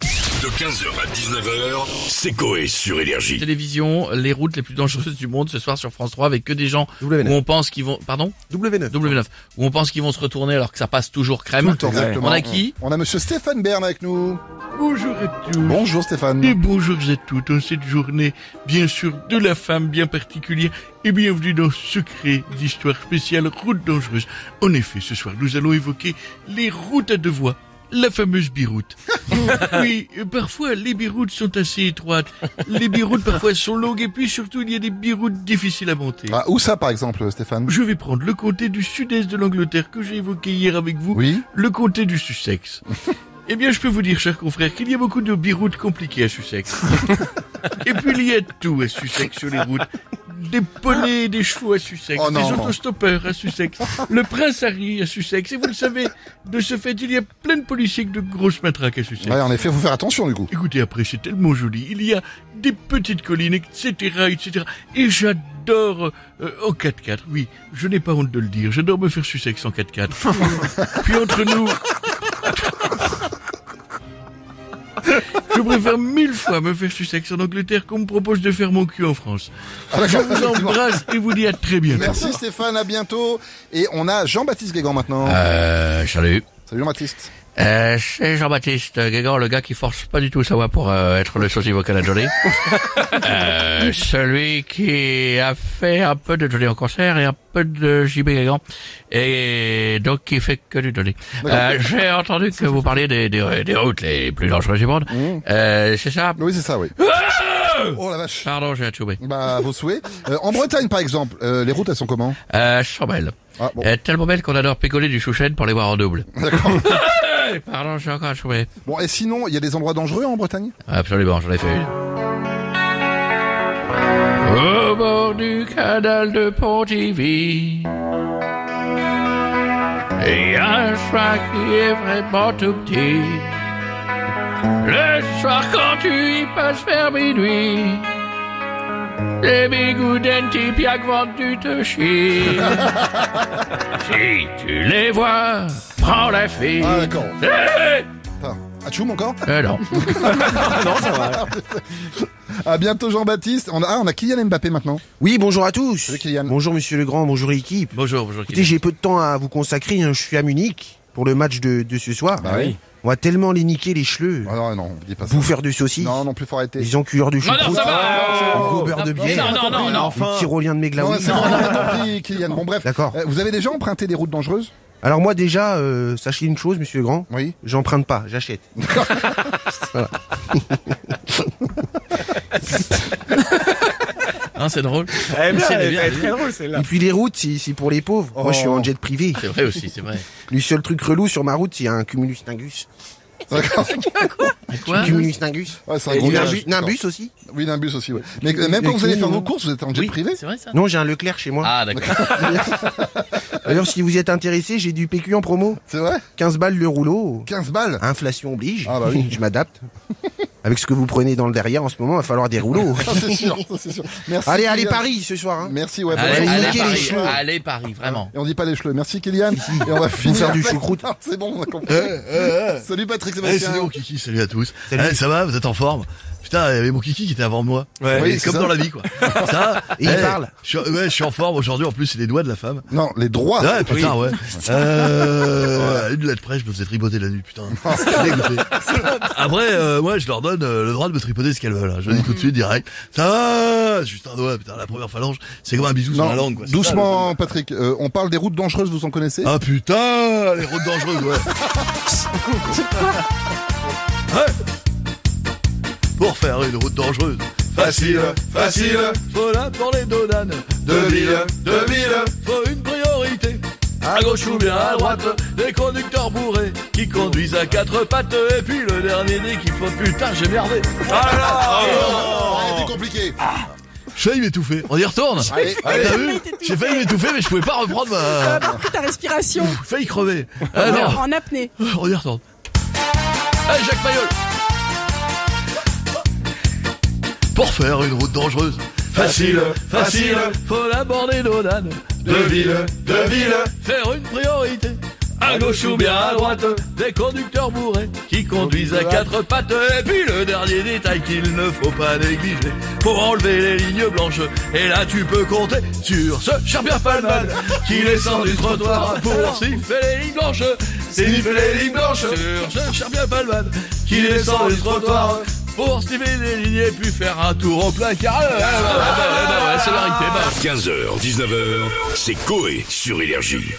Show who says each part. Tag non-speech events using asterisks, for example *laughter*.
Speaker 1: De 15h à 19h, c'est Coé sur Énergie.
Speaker 2: télévision, les routes les plus dangereuses du monde ce soir sur France 3 avec que des gens
Speaker 3: W9.
Speaker 2: où on pense qu'ils vont, pardon,
Speaker 3: W9.
Speaker 2: W9, où on pense qu'ils vont se retourner alors que ça passe toujours crème.
Speaker 4: Tout le temps, exactement.
Speaker 2: On a qui
Speaker 4: On a monsieur Stéphane Bern avec nous.
Speaker 2: Bonjour à tous.
Speaker 4: Bonjour
Speaker 2: Et
Speaker 4: Stéphane.
Speaker 2: bonjour à tous dans cette journée, bien sûr, de la femme bien particulière. Et bienvenue dans Secret d'Histoire spéciale Route dangereuse. En effet, ce soir, nous allons évoquer les routes à deux voies. La fameuse biroute. oui, euh, parfois les biroutes sont assez étroites. Les biroutes parfois sont longues et puis surtout il y a des biroutes difficiles à monter.
Speaker 4: Ah, où ça par exemple Stéphane
Speaker 2: Je vais prendre le comté du sud-est de l'Angleterre que j'ai évoqué hier avec vous
Speaker 4: Oui
Speaker 2: le comté du Sussex. Eh bien, je peux vous dire, chers confrères, qu'il y a beaucoup de biroutes compliquées à
Speaker 4: *laughs*
Speaker 2: Sussex. Et puis, il y a tout à Sussex sur les routes. Des poneys et des chevaux à Sussex,
Speaker 4: Oh
Speaker 2: des
Speaker 4: non.
Speaker 2: autostoppeurs à Sussex, le prince Harry à Sussex. Et vous le savez, de ce fait, il y a plein de policiers avec de grosses matraques à Sussex.
Speaker 4: Ouais, en effet, faut faire attention du coup.
Speaker 2: Écoutez, après, c'est tellement joli. Il y a des petites collines, etc., etc. Et j'adore euh, en 4x4. Oui, je n'ai pas honte de le dire. J'adore me faire sussex en
Speaker 4: *laughs*
Speaker 2: 4x4. Puis entre nous... Je préfère mille fois me faire sussex en Angleterre qu'on me propose de faire mon cul en France.
Speaker 4: Ah,
Speaker 2: Je
Speaker 4: d'accord,
Speaker 2: vous
Speaker 4: effectivement.
Speaker 2: embrasse et vous dis à très bientôt.
Speaker 4: Merci Stéphane, à bientôt. Et on a Jean-Baptiste Guégan maintenant.
Speaker 2: Euh, salut.
Speaker 4: Salut Jean-Baptiste.
Speaker 2: Euh, c'est Jean-Baptiste Guégan, le gars qui force pas du tout sa voix pour euh, être le sosie vocal à Johnny. Euh, celui qui a fait un peu de Johnny en concert et un peu de JB Guégan. Et donc qui fait que du Johnny. Euh, J'ai entendu que vous parliez des, des, des routes les plus dangereuses du monde. Euh, c'est ça
Speaker 4: Oui, c'est ça, oui.
Speaker 2: Euh.
Speaker 4: Oh la vache.
Speaker 2: Pardon, j'ai atchoubé.
Speaker 4: Bah, vos souhaits. Euh, en Bretagne par exemple, euh, les routes elles sont comment
Speaker 2: Euh, sont belles.
Speaker 4: Ah bon.
Speaker 2: Euh, tellement belles qu'on adore picoler du chouchen pour les voir en double.
Speaker 4: D'accord.
Speaker 2: Pardon, j'ai encore atchoubé.
Speaker 4: Bon, et sinon, il y a des endroits dangereux en Bretagne
Speaker 2: Absolument, j'en ai fait une. Au bord du canal de Pontivy, il y a un chemin qui est vraiment tout petit. Le soir quand tu y passes vers minuit, les bigoudens tipiaques vendent du te *laughs* chier. si tu les vois, prends la fille.
Speaker 4: Ah d'accord.
Speaker 2: Eh,
Speaker 4: Ah, Atchoum encore
Speaker 2: eh, non.
Speaker 4: À bientôt Jean-Baptiste. On a, ah, on a Kylian Mbappé maintenant.
Speaker 3: Oui, bonjour à tous.
Speaker 4: Salut, Kylian.
Speaker 3: Bonjour Monsieur Legrand, bonjour équipe.
Speaker 2: Bonjour, bonjour.
Speaker 3: Écoutez, j'ai peu de temps à vous consacrer, hein. je suis à Munich pour le match de, de ce soir.
Speaker 4: Bah oui.
Speaker 3: On va tellement les niquer les cheleux,
Speaker 4: Ah, non, non, dis pas ça.
Speaker 3: bouffeurs de saucisses,
Speaker 4: Non, non, plus faut arrêter.
Speaker 3: les enculeurs de
Speaker 2: Non, non,
Speaker 3: choucroute,
Speaker 2: ça va
Speaker 3: les gobeurs de
Speaker 2: Non,
Speaker 3: bière,
Speaker 2: non, non, non.
Speaker 3: les tyroliens de
Speaker 4: Non,
Speaker 3: Meglaoui.
Speaker 4: c'est bon, on a compris, Kylian. Bon, bref.
Speaker 3: D'accord.
Speaker 4: Euh, Vous avez déjà emprunté des routes dangereuses
Speaker 3: Alors moi déjà, euh, sachez une chose Monsieur Legrand, *laughs*
Speaker 4: Oui.
Speaker 3: j'emprunte pas, j'achète.
Speaker 2: Hein, c'est drôle.
Speaker 5: Elle est bien,
Speaker 2: Si, elle est
Speaker 5: elle est
Speaker 2: bien,
Speaker 5: elle est
Speaker 2: elle est
Speaker 5: très drôle
Speaker 4: Bah.
Speaker 5: celle-là.
Speaker 3: Et puis les routes, c'est c'est pour les pauvres. Moi je suis
Speaker 4: Oh.
Speaker 3: en jet privé.
Speaker 2: C'est vrai aussi, *laughs* c'est vrai.
Speaker 3: Le seul truc relou sur ma route, c'est un cumulus tingus.
Speaker 4: D'accord.
Speaker 2: Quoi
Speaker 3: Cumulus tingus.
Speaker 4: Ouais, c'est un
Speaker 3: Et
Speaker 4: gros
Speaker 3: Nimbus
Speaker 4: gage.
Speaker 3: Nimbus aussi
Speaker 4: Oui, d'un bus aussi, ouais. Mais euh, même
Speaker 3: Et
Speaker 4: quand vous allez
Speaker 3: qui,
Speaker 4: faire vos
Speaker 3: non
Speaker 4: courses, vous êtes en jet privé
Speaker 2: C'est vrai ça
Speaker 3: Non, j'ai un Leclerc chez moi.
Speaker 2: Ah d'accord.
Speaker 3: *laughs* D'ailleurs, si vous y êtes intéressé, j'ai du PQ en promo.
Speaker 4: C'est vrai
Speaker 3: 15 balles le rouleau.
Speaker 4: 15 balles
Speaker 3: Inflation oblige.
Speaker 4: Ah bah oui.
Speaker 3: *laughs* Je m'adapte. Avec ce que vous prenez dans le derrière en ce moment, il va falloir
Speaker 4: *laughs*
Speaker 3: des rouleaux.
Speaker 4: Ah, C'est sûr, ça,
Speaker 2: *laughs*
Speaker 4: c'est sûr. Merci.
Speaker 3: allez, allez
Speaker 4: Kylian.
Speaker 3: Paris ce soir. Hein.
Speaker 4: Merci, ouais.
Speaker 2: Allez,
Speaker 4: bonne
Speaker 3: Allez,
Speaker 4: journée.
Speaker 2: allez
Speaker 3: niquer les
Speaker 2: Paris,
Speaker 3: cheveux.
Speaker 2: allez Paris, vraiment.
Speaker 4: Et on dit pas les cheveux. Merci,
Speaker 2: *laughs*
Speaker 4: Kylian. Et on va finir.
Speaker 3: faire du
Speaker 4: avec-
Speaker 3: choucroute.
Speaker 4: Ah, *laughs* C'est bon, on a compris. Salut, Patrick Sébastien.
Speaker 2: Eh, Kiki, salut à tous.
Speaker 3: Salut.
Speaker 2: Eh, ça va, vous êtes en forme Putain, il y avait mon Kiki qui était avant moi.
Speaker 5: Ouais.
Speaker 4: Oui,
Speaker 2: Et
Speaker 4: c'est
Speaker 2: comme
Speaker 4: ça.
Speaker 2: dans la vie, quoi. Ça,
Speaker 3: Et il parle.
Speaker 2: Je suis, ouais, je suis en forme aujourd'hui. En plus, c'est les doigts de la femme.
Speaker 4: Non, les droits.
Speaker 2: ouais, putain, ouais. Euh, une lettre presse, je me faisais tripoter la nuit, putain. J'étais dégoûté. Après, euh, moi, je leur donne euh, le droit de me tripoter ce qu'elles veulent. hein. Je le dis tout de suite, direct. Ça va Juste un doigt, putain, la première phalange, c'est comme un bisou sur la langue, quoi. C'est ça, le-
Speaker 4: doucement, Patrick. Euh, on parle des routes dangereuses, vous en connaissez
Speaker 2: Ah putain, les routes dangereuses, ouais. Ouais. Pour faire une route dangereuse, facile, facile, faut la pour les donanes. De ville, de ville, faut une priorité. À gauche ou bien à droite, des conducteurs bourrés qui conduisent à quatre pattes. Et puis le dernier dé qui faut putain, j'ai merdé. Ah là là,
Speaker 4: Ah, c'est compliqué.
Speaker 2: Je failli m'étouffer. On y retourne.
Speaker 4: Allez, allez.
Speaker 2: Eh, T'as vu J'ai failli m'étouffer, mais je pouvais pas reprendre
Speaker 6: Euh,
Speaker 2: ma.
Speaker 6: par contre, ta respiration
Speaker 2: Failli crever. Ah non.
Speaker 6: en apnée.
Speaker 2: On y retourne. Hey, Jacques Mayol Pour faire une route dangereuse. Facile, facile, faut l'aborder nos nanes.
Speaker 7: De ville, de ville,
Speaker 2: Faire une priorité.
Speaker 5: à gauche ou bien à droite, des conducteurs bourrés qui conduisent à quatre pattes. Et puis le dernier détail qu'il ne faut pas négliger pour enlever les lignes blanches. Et là tu peux compter sur ce cher Pierre Palman qui descend du trottoir pour siffler les lignes blanches. Siffler les lignes blanches sur ce cher Pierre Palman qui descend du trottoir pour siffler les lignes et puis faire un tour au placard. Ah, bah, Ouais, ouais, ouais, ouais, ouais, ouais, ouais, c'est la réalité,
Speaker 1: 15h,
Speaker 5: bah.
Speaker 1: 19h, c'est Coé sur Énergie.